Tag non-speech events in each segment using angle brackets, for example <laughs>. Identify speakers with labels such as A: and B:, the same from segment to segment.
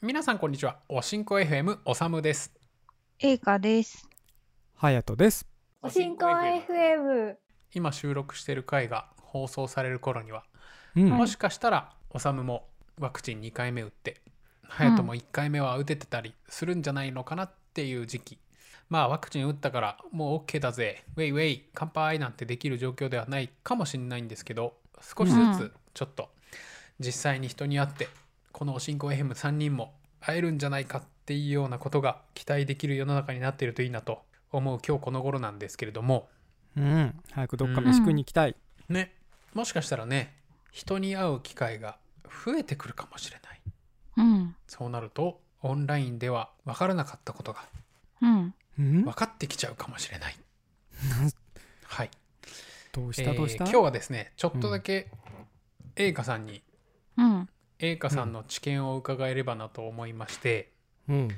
A: 皆さんこんにちはおしんこ FM おさむです
B: 映画です。
C: ハヤトです。
D: おしんこ FM。
A: 今収録している回が放送される頃には、
C: うん。
A: もしかしたらおさむもワクチン2回目打って隼人も1回目は打ててたりするんじゃないのかなっていう時期、まあワクチン打ったからもう OK だぜウェイウェイ乾杯なんてできる状況ではないかもしれないんですけど少しず
B: う
A: つちょっと実際に人に会ってこのおしんこ FM3 人も会えるんじゃないかっていうようなことが期待できる世の中になっているといいなと思う今日この頃なんですけれども
C: うん。早くどっか飯食いに行きたい。
A: ねもしかしたらね人に会う機会が増えてくるかもしれない
B: うん。
A: そうなるとオンラインでは分からなかったことが
B: うん。
C: うん
A: 分。かってきちゃうかもしれないはい、
C: どう
A: え
C: したどう
A: ー
C: した。
A: 今日はですねちょっとだけ栄華さんに
B: うん。
A: 栄華さんの知見を伺えればなと思いまして、
C: うん。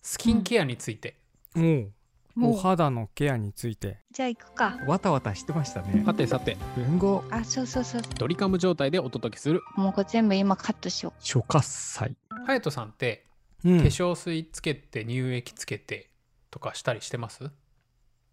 A: スキンケアについて、
C: もう
B: も
C: お
B: う、
C: 肌のケアについて。
B: じゃあ行くか。
E: わたわたしてましたね。
A: てさて
E: 文豪
B: あ、そうそうそう。
A: ドリカム状態でお届けする
B: もうこれ全部今カットしよ
E: 諸喝祭。
A: 隼人さんって
C: う
A: 化
C: ん。
A: 粧水つけて乳液つけてとかしたりしてます、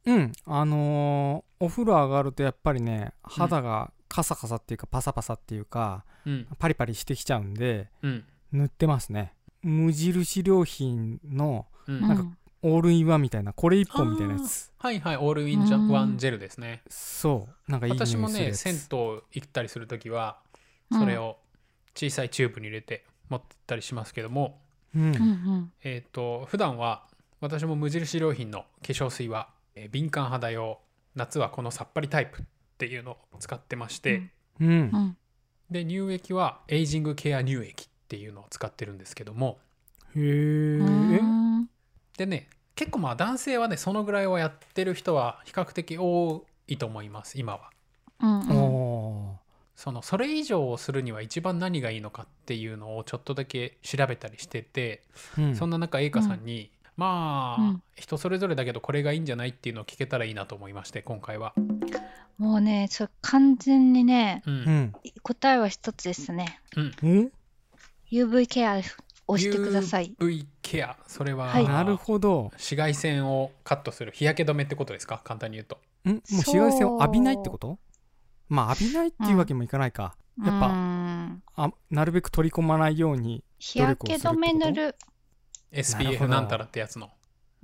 C: うん。あのーお風呂上がるとやっぱりね肌がカサカサっていうかパサパサっていうか
A: うん
C: パリパリしてきちゃうんで
A: うん
C: 塗ってますね。無印良品の
A: うん
B: う。う
C: なんか
B: ん。
C: オールインワンみたいなこれ一本みたいなやつ。
A: はいはいオールインジャワンジェルですね
C: そう。なんかいい匂いす
A: 私
C: る
A: もね
C: やつ
A: 銭湯行ったりする時はそれを小さいチューブに入れて持ってったりしますけども、
C: うん
B: うんうん。
A: えっ、と普段は私も無印良品の化粧水は、えー敏感肌用夏はこのさっぱりタイプっていうのを使ってまして、
B: うん
C: うん
B: う。ん。
A: で乳液はエイジングケア乳液っていうのを使ってるんですけども
C: へ
B: う
C: え。
B: ーん
A: でね結構まあ男性はねそのぐらいをやってる人は比較的多いと思います今は。
B: うんうん。
C: お
A: そのそれ以上をするには一番何がいいのかっていうのをちょっとだけ調べたりしてて、
C: ー。うん
A: そんな中栄華さんに、まあ、
B: うん
A: 人それぞれだけどこれがいいんじゃないっていうのを聞けたらいいなと思いまして今回は、
B: もうね、それ完全にね、
A: うん
C: うん。
B: 答えは一つですね。
C: うん。
B: UV ケアをしてください。
A: UV ケアそれは、
B: はい
C: なるほど。
A: 紫外線をカットする日焼け止めってことですか簡単に言うと
C: んもう紫外線を浴びないってことまあ浴びないっていうわけにもいかないか。
B: や
C: やっぱ
B: ぱ。
C: あなるべく取り込まないように。
B: 日焼け止め塗る。
C: なるほ
A: SPF
C: ど
A: なんたらってやつの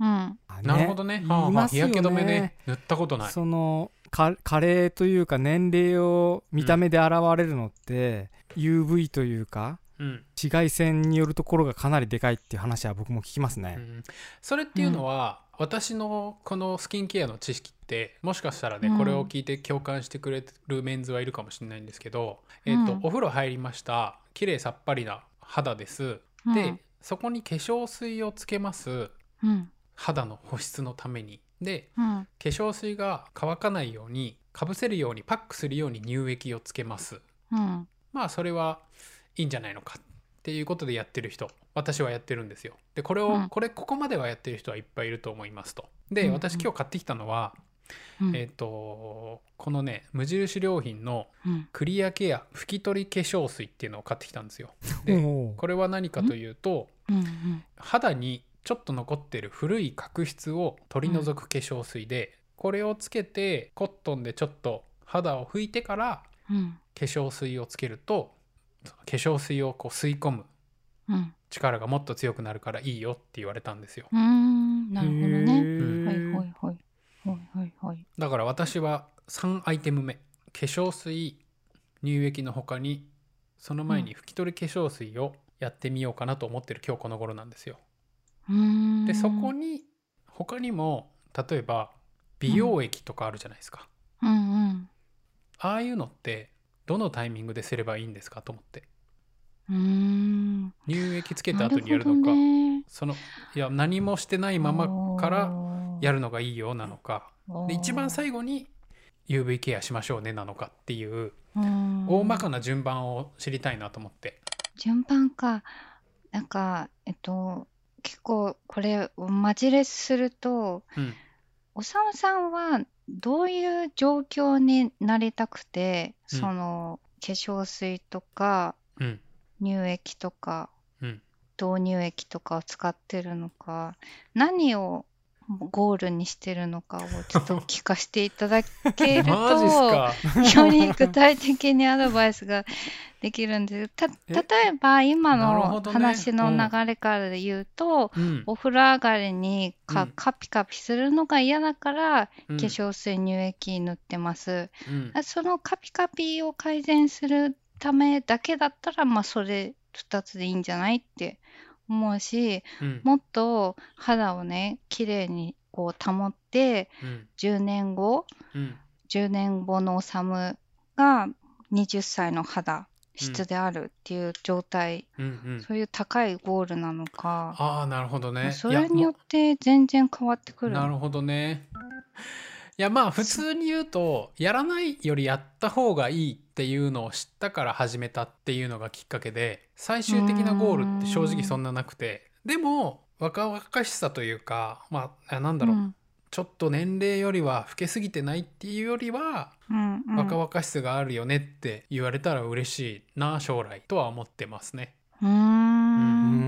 B: うん。
C: あ
A: なるほどねはあ
C: い
A: はあ
C: ます
A: 日
C: よ
A: 焼
C: ね
A: け止めね塗ったことない
C: そのか加齢というか年齢を見た目で現れるのって、UV というか
A: うん、
C: 紫外線によるところがかなりでかいっていう話は僕も聞きます
A: う
C: ね。
A: ん、それっていうのは、私のこのスキンケアの知識ってもしかしたらね、
B: うん
A: これを聞いて共感してくれるメンズはいるかもしれないんですけど、えっと
B: うん
A: お風呂入りました綺麗さっぱりな肌ですで、
B: うん
A: そこに化粧水をつけます
B: うん。
A: 肌の保湿のためにで
B: うん。
A: 化粧水が乾かないようにかぶせるようにパックするように乳液をつけます
B: うん。
A: まあそれはいいんじゃないのかっていうことでやってる人私はやってるんですよでこれを、
B: うん
A: これここまではやってる人はいっぱいいると思いますとで
B: うん
A: 私今日買ってきたのは、
B: うん
A: えっ、とこのね無印良品の
B: うん。
A: クリアケア拭き取り化粧水っていうのを買ってきたんですよで
C: おー
A: これは何かというと
B: うんうん。
A: 肌にちょっと残ってる古い角質を取り除く化粧水で、これをつけてコットンでちょっと肌を拭いてから
B: うん。
A: 化粧水をつけるとその化粧水をこう吸い込む
B: うん。
A: 力がもっと強くなるからいいよって言われたんですよ
B: うーん、なるほど
C: へ
B: ね。
C: ー
B: はいはいはい。はいはいはい。
A: だから私は3アイテム目化粧水乳液の他にその前に拭き取り化粧水をやってみようかなと思ってる今日この頃なんですよ
B: うーん。
A: でそこに他にも例えば美容液とかあるじゃないですか、
B: うんうん。
A: ああいうのってどのタイミングですればいいんですかと思って
B: うーん。
A: 乳液つけた後にやる
B: な
A: のか
B: ほどね
A: そのいや何もしてないままからや
B: る。
A: るのがいいよなのかで一番最後に UV ケアしましょうねなのかっていう
B: 後、
A: 大まか
B: な。
A: な順番を知りたいなと思って、
B: 順番か。なんか、えっと、結構これ、マジレスすると、
A: うん、
B: おさむさんはどういう状況になりたくて、
A: うん
B: その、化粧水とか、
A: うん
B: 乳液とか、
A: うん
B: 導入液とかを使ってるのか何をゴールにしてるのかをちょっと聞かせていただけると
A: <laughs> マジっすか。
B: <laughs> より具体的にアドバイスができるんです
A: <laughs>
B: た
C: え
B: 例えば今
A: なるほ
B: の
A: どね
B: 話
A: う
B: の
A: ん
B: 流れからで言うと、
A: うん。
B: お風呂上がりにか、
A: うん
B: カピカピするのが嫌だから、
A: うん
B: 化。粧水乳液塗ってます
A: うん
B: あそのカピカピを改善するためだけだったらまあそれ2つでいいんじゃないって思うし
A: うん。
B: もっと肌をね綺麗にこう保って
A: うん。
B: 10年後
A: うん。
B: 10年後のオサムが20歳の肌質であるっていう状態、
A: うん。うん。
B: そういう高いゴールなのか、
A: ああ、なるほどね。
B: そ
A: いや
B: れによって全然変わってくる
A: なるほどね。いやまあ普通に言うとやらないよりやった方がいいっていうのを知ったから始めたっていうのがきっかけで最終的なゴールって正直そんななくてでも若々しさというかまあなんだろう、
B: うん
A: ちょっと年齢よりは老けすぎてないっていうよりは
B: うんうん
A: 若々しさがあるよねって言われたら嬉しいな将来とは思ってますね。
B: うーん
C: う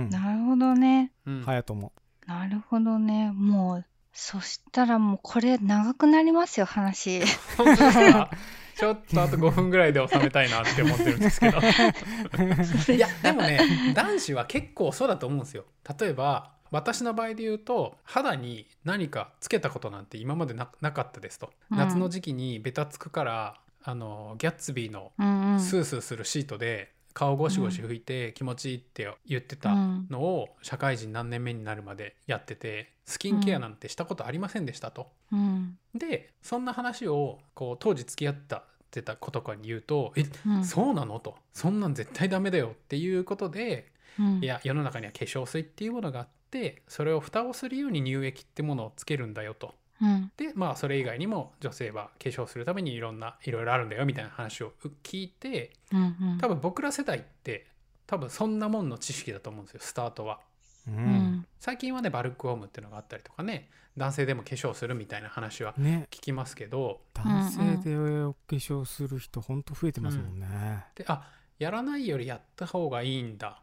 C: ん
B: なるほどね
A: うん、
C: はやとも
B: なるほどねもうそしたらもうこれ長くなります
A: <laughs>
B: よ話
A: 本当ですかちょっとあと5分ぐらいで収めたいなって思ってるんですけ
B: <laughs>
A: ど。いやでもね男子は結構そうだと思うんですよ例えば私の場合で言うと肌に何かつけたことなんて今までななかったですと、
B: うん
A: 夏の時期にベタつくからあのギャッツビーの
B: うんうん
A: スースーするシートで顔ゴシゴシ拭いて気持ちいいって言ってた
B: うん
A: のを社会人何年目になるまでやっててスキンケアなんてしたことありませんでしたと。
B: うん
A: でそんな話をこう当時付き合ったってた子とかに言うと「え
B: うん
A: そうなの?」と「そんなん絶対ダメだよ」っていうことで
B: うん
A: いや世の中には化粧水っていうものがあってそれを蓋をするように乳液ってものをつけるんだよと。
B: うん
A: でまあそれ以外にも女性は化粧するためにいろんないろいろあるんだよみたいな話を聞いて
B: うんうん
A: 多分僕ら世代って多分そんなもんの知識だと思うんですよスタートは。
C: う、
B: うんん
A: 最近はねバルクオムっていうのがあったりとかね男性でも化粧するみたいな話は
C: ね
A: 聞きますけど
C: 男性でお化粧する人ほんと増えてますもんね、
A: であやらないよりやった方がいいんだっ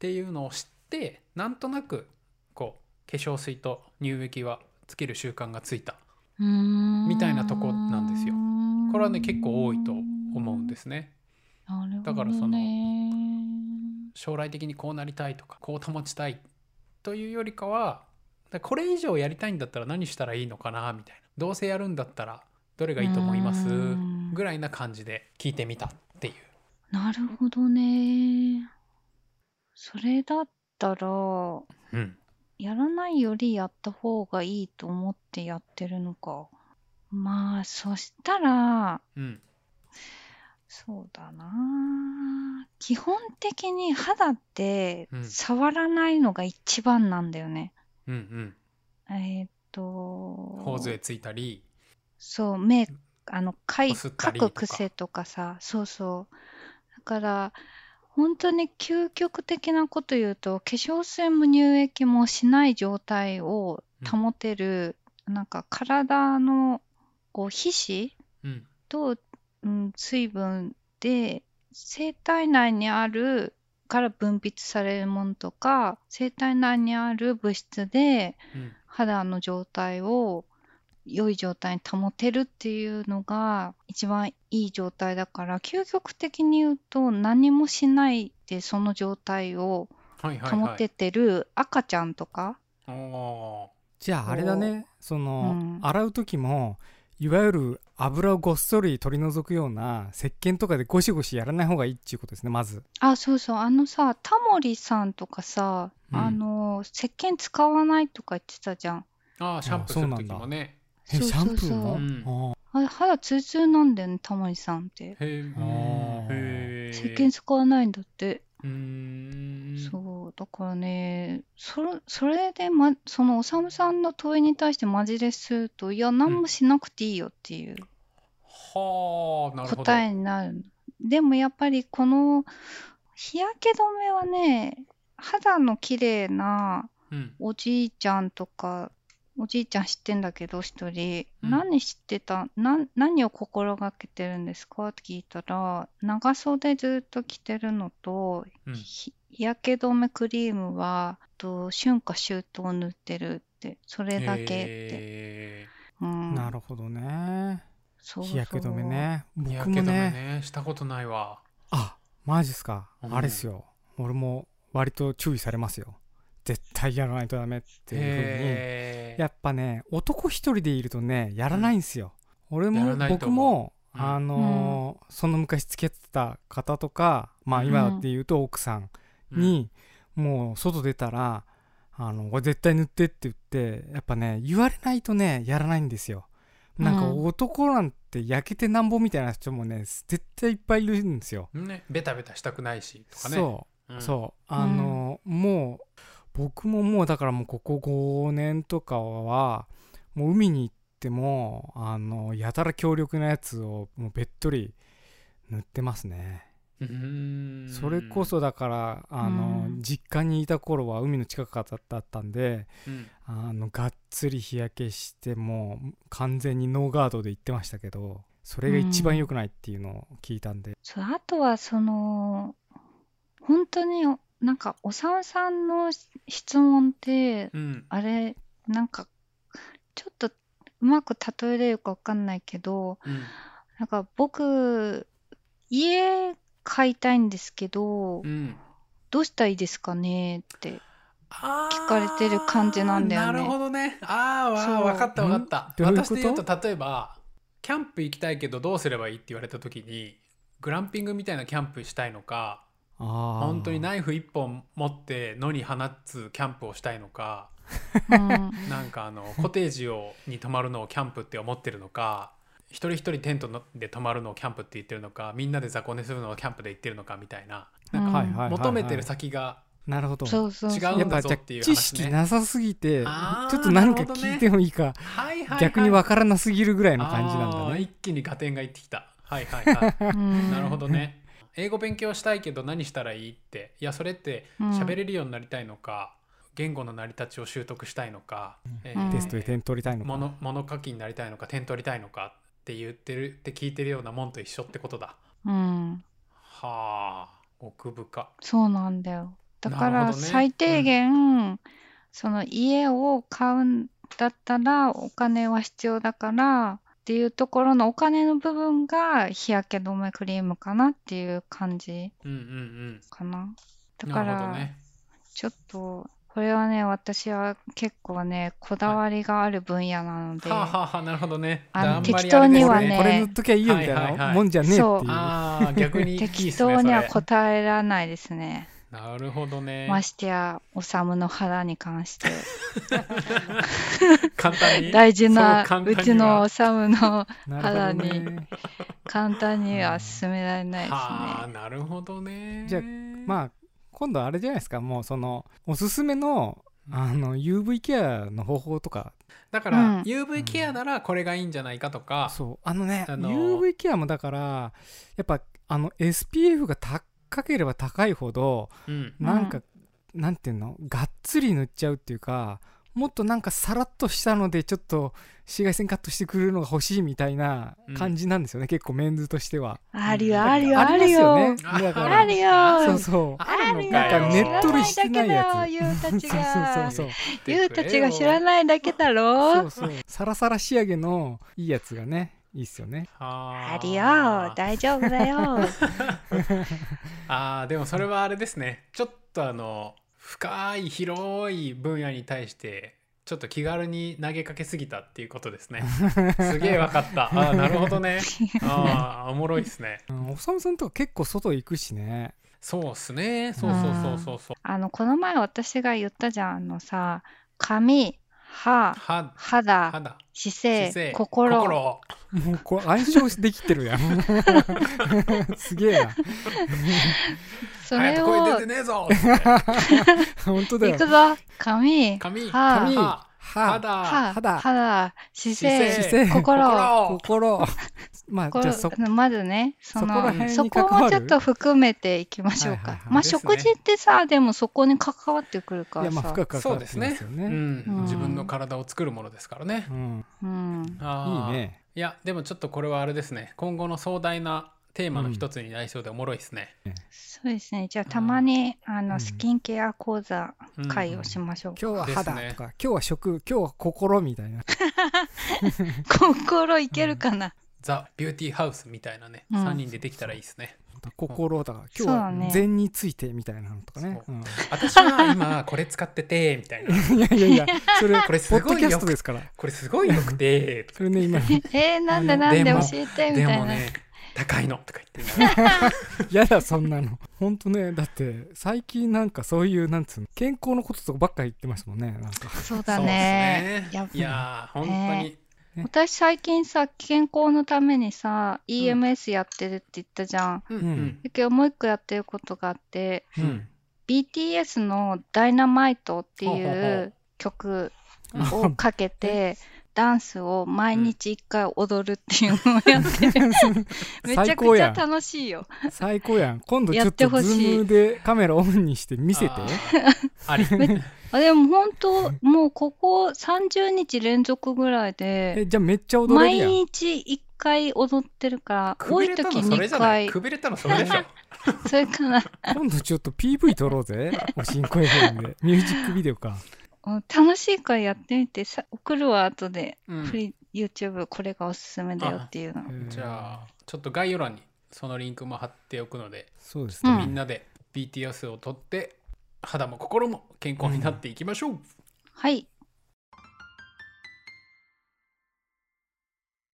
A: ていうのを知ってなんとなくこう化粧水と乳液はつける習慣がついた
B: うーん
A: みたいなとこなんですよこれはね結構多いと思うんですすね
B: なるほどね
A: だからその将来的にこうなりたいとかこう保ちたいというよりかはだこれ以上やりたいんだったら何したらいいのかなみたいなどうせやるんだったらどれがいいと思います
B: うん
A: ぐらいな感じで聞いてみたっていう
B: なるほどねそれだったら
A: うん
B: やらないよりやった方がいいと思ってやってるのかまあそしたら
A: うん
B: そうだな基本的に肌って
A: うん
B: 触らないのが一番なんだよね、
A: うんうん
B: えーっと
A: 頬杖ついたり
B: そう目あのかい
A: こすった
B: 描
A: りと
B: く
A: か
B: 癖とかさそうそうだから本当に究極的なこと言うと化粧水も乳液もしない状態を保てる、なんか体のこう皮脂
A: うん
B: と、うん、水分で生体内にあるから分泌されるものとか生体内にある物質で
A: うん
B: 肌の状態を良い状態に保てるっていうのが一番いい状態だから究極的に言うと何もしないでその状態を
A: はいはいはい
B: 保ててる赤ちゃんとか、
A: おお
C: じゃああれだねその、
B: うん
C: 洗う時もいわゆる油をごっそり取り除くような石鹸とかでゴシゴシやらない方がいいっていうことですねまず
B: あそうそうあのさタモリさんとかさ、
A: うん
B: あの石鹸使わないとか言ってたじゃん
A: ああシャンプーする時もね
C: え
B: そう
C: シ
B: そうそ
C: ャ
B: う
C: ンプーも、あ
B: あれ肌ツルツルなんだよねタモリさんって
A: へえ
C: あー
A: へえ
B: 石鹸使わないんだって、
A: うーん
B: そうだからねそれそれで、ま、そのおさむさんの問いに対してマジレスするといや何もしなくていいよっていう
A: はあなるほど
B: 答えになる、でもやっぱりこの日焼け止めはね肌の綺麗な
A: うん
B: おじいちゃんとかおじいちゃん知ってんだけど一人、
A: うん
B: 何知ってたなん何を心がけてるんですかって聞いたら長袖ずっと着てるのと、
A: うん
B: ひ日焼け止めクリームはと春夏秋冬塗ってるってそれだけって、
A: え
B: うん、
C: なるほどね
B: そう
C: 日焼け止め
B: そう
C: ね
A: ー日
C: 僕
A: 焼け止
C: も
A: め
C: ね
A: ねしたことないわ
C: あマジっすか、
A: うん
C: あれっすよ俺も割と注意されますよ絶対やらないとダメっていうふうに、
A: へー
C: やっぱね男一人でいるとねやらないんですよ、俺
A: や
C: も
A: らないと
C: 僕
A: 思
C: も、
A: うん
C: あのーその昔付き合ってた方とかまあ今で言うと奥さんに、もう外出たらあのこれ絶対塗ってって言ってやっぱね言われないとねやらないんですよなんか
B: うん
C: 男なんて焼けてなんぼみたいな人もね絶対いっぱいいるんですよ、
A: うんねベタベタしたくないしとかね
C: そう
A: う、
C: そうあの、もう僕ももうだからもうここ5年とかはもう海に行ってもあのやたら強力なやつをもうべっとり塗ってますね、
A: うーん
C: それこ、そだからあの、
B: うん
C: 実家にいた頃は海の近くだったんで
A: うん
C: あのがっつり日焼けしてもう完全にノーガードで行ってましたけどそれが一番良くないっていうのを聞いたんで、
B: そうあとはその本当になんかおさんさんの質問って
A: うん
B: あれなんかちょっとうまく例えれるかわかんないけど
A: うん
B: なんか僕家買いたいんですけど
A: うん、
B: どうしたらいいですかね
A: <laughs>
B: って
A: 聞
B: 聞かれてる感じなんだよね
A: なるほどね。あー
B: そう
A: わ分かった分かった。
C: んどういうこと
A: 私で言うと例えばキャンプ行きたいけどどうすればいいって言われた時にグランピングみたいなキャンプしたいのか
C: ああ
A: 本当にナイフ一本持って野に放つキャンプをしたいのか
B: うん
A: なんかあのコテージをに泊まるのをキャンプって思ってるのか一人一人テントので泊まるのをキャンプって言ってるのかみんなで雑魚寝するのをキャンプで言ってるのかみたいななんか
C: はいはいはいはい
A: 求めてる先が
C: なるほど
B: そうそうそう
A: 違
C: や
A: うん
C: っ
A: だ
C: ぱ
A: ぞ
C: じゃ
A: っていう話ね
C: あ知識なさすぎてち
A: あー
C: ょっと何
A: な
C: か
A: るほどね
C: 聞いてもいいか
A: はいはいはい、
C: 逆にわからなすぎるぐらいの感じなんだ
A: あー
C: ね
A: 一気に合点がいってきたはいはいはい
B: <laughs> うん
A: なるほどね英語勉強したいけど何したらいいっていやそれって
B: うん
A: 喋れるようになりたいのか、言語の成り立ちを習得したいのか、え
B: うん
C: テストで点取りたいのか
A: 物物書きになりたいのか点取りたいのかって言ってるって聞いてるようなもんと一緒ってことだ
B: うん
A: はあ奥深
B: そうなんだよだか
A: なる
B: ら
A: ほどね
B: 最低限その家を買うんだったらお金は必要だからっていうところのお金の部分が日焼け止めクリームかなっていう感じ
A: うんうん
B: かな
A: う
B: だ
A: ん
B: か
A: なるほど
B: ら
A: ね
B: ちょっと、これはね、私は結構ね、こだわりがある分野なので、
A: はあ、はあはあなるほどね
B: あの
A: だんまり
B: 適当には
A: あれです
B: ね
C: これ塗っときゃいいよみたい
A: はいはいは
C: ないもんじゃねえっていう
B: そう
A: ああ逆にいいっすね
B: 適当には
A: それ
B: 答えられないですね。
A: なるほどね
B: ましてや、おさむの腹に関して、
A: 簡単に
B: 大事な
A: <laughs> そう簡単に
B: う
A: は
B: ちのおさむの
C: なるほど
B: 肌
C: ね
B: 簡単には進められないです
A: はあ
B: ね。
A: なるほどね
C: じゃあ
A: あ
C: まあ今度あれじゃないですかもうそのおすすめのあの UV ケアの方法とか
A: だから、
B: うん
A: UV ケアならこれがいいんじゃないかとか、
C: そうあのね
A: あの
C: UV ケアもだからやっぱあの SPF が高ければ高いほど
A: うん
C: なんか、なんていうのがっつり塗っちゃうっていうかもっとなんかさらっとしたのでちょっと紫外線カットしてくれるのが欲しいみたいな感じなんですよね、結構メンズとしては
B: あるよ、あるよ、
C: あ
B: あ
C: りま
B: る
C: す
B: よ。
C: よねだか
B: あ
C: ら
B: る
C: そ
B: よ
C: う。そう
A: あるの
C: なん
A: か
C: か
A: よ
C: ねっとりしてないや
B: 知らな
C: つ
B: いだけだよ、ゆうたちが。
C: そうそう
B: ゆうたちが知ら
A: い
B: ないだけだ
C: そ
B: ろ
C: う。そうサラサラ仕上げのいいやつがねいいっすよね
A: あ
B: あるよ、大丈夫だよ。
A: あーでもそれはあれですねちょっとあの深い広い分野に対してちょっと気軽に投げかけすぎたっていうことですねすげえわか
C: <laughs>
A: ったあーなるほどねあーおもろいですね
C: うんおさむさんとか結構外行くしね
A: そうっすねそうそうそうそうそう
B: あの、この前私が言ったじゃん、あのさ、髪、歯、
A: 歯
B: 肌、
A: 肌
B: 姿勢、
A: 姿勢
B: 心。
C: もうこう暗唱できてるや
A: <laughs>
C: んすげえな
B: そ
A: 早
B: れ
A: く声
B: を
A: 出、てねえぞ
C: 本当だ
B: い
C: よ
B: くぞ、髪、
A: 髪
B: 歯
A: 髪
C: 歯
B: <laughs>
A: 肌
B: 歯、
C: 肌
B: 肌、姿勢、
A: 姿
C: 勢
B: 心。
C: 心まあじゃあそ
B: これまずね、そ
C: そこ
B: の
C: ら辺
B: そ
C: に
B: こ
C: 関わ
B: も
C: る
B: ちょっと含めていきましょう
C: はい
B: か
C: はい。はい
B: まあ、
A: ですね
B: 食事ってさ、でもそこに関わってくるか
C: いや
B: ら
C: まあ
B: さ。
C: 深く関
A: そ
C: わ
A: う
C: っ
A: です
C: てま
A: ね
C: すよ
A: うん
C: ね。
B: うん
A: 自分の体を作るものですからね
C: う、ん、
B: うん。
A: あ
C: いい
A: ー
C: ね。
A: いやでもちょっとこれはあれですね今後の壮大なテーマの一つになりそうでおもろいですね。
B: そうですね。じゃあ、たまに、あ
C: う
B: の、
C: ん
B: スキンケア講座
A: うん
B: 会をしましょう。
C: 今日は肌とか、
A: です
C: 今日は食今日は心みたいな
B: <laughs> 心いけるかな。
A: ザ・ビューティーハウスみたいなね、
B: うん
A: 3人でできたらいいですね。
C: 心だから
B: <laughs> そう
C: 今
B: だ
C: 日
B: ね
C: は禅についてみ <laughs> たいなのとかね
A: そ私は今これ使ってて、みたいな。
B: <laughs>
C: うんいやいやいやそれ
A: これす
C: ポ
A: ごい
C: ッドキャストですから
A: これすごいよく
B: <laughs>
A: て、とか
C: それね今
B: えー、なんで
C: あの
B: なんで
A: で
B: 教
A: も
B: えてみ
A: で
B: たい
A: も
B: な。
A: ね、高いのとか言ってね。
C: やだそんなのほんとねだって最近なんかそういうなんつうの健康のこととかばっかり言ってますもんねなんか
B: そうだ
A: そ
B: ね。
A: うっすねい
B: やっぱ
A: やー、本当に。
B: 私最近さ、健康のためにさ、EMS やってるって言ったじゃん。
A: うんん。
B: だけど、もう一個やってることがあって、
A: う
C: うんん。
B: BTS の「ダイナマイト」ってい
A: ほうほうほ
B: う
A: う
B: 曲
A: うん
B: をか
A: <laughs>
B: けてダンスを毎日一回踊るっていうのをやって
A: <laughs>
B: る <laughs> めちゃ
C: 最
B: く
C: 高
B: ち
C: や
B: ゃ
C: ん
B: 楽しいよ
C: 最高やん今度ち
B: や
C: ょ
B: っ
C: ってと
B: ほしい
C: ズームでカメラオンにして見せて
A: あー。あり。
B: あでも本当もうここ30日連続ぐらいで
C: えじゃあめっちゃ踊れる
B: 毎
C: やん
B: 日一回踊ってるから
A: く
B: <laughs> 多
A: び
B: い
A: れた
B: 時
A: のそれ
B: 2
A: じゃない。
B: 回
A: くびれたのそれでしょ。
B: それから
C: 今度ちょっと PV 撮ろうぜおしんこ FM でミュージックビデオか
B: うん楽しいからやってみてさ送るわ後で <laughs>
A: うん
B: フリー YouTube これがおすすめだよっていうの
C: えー
A: じゃあ、ちょっと概要欄にそのリンクも貼っておくので、
C: そうです
B: う
C: ね、
B: ん
A: みんなで BTS を取って、肌も心も健康になっていきましょう。
B: はい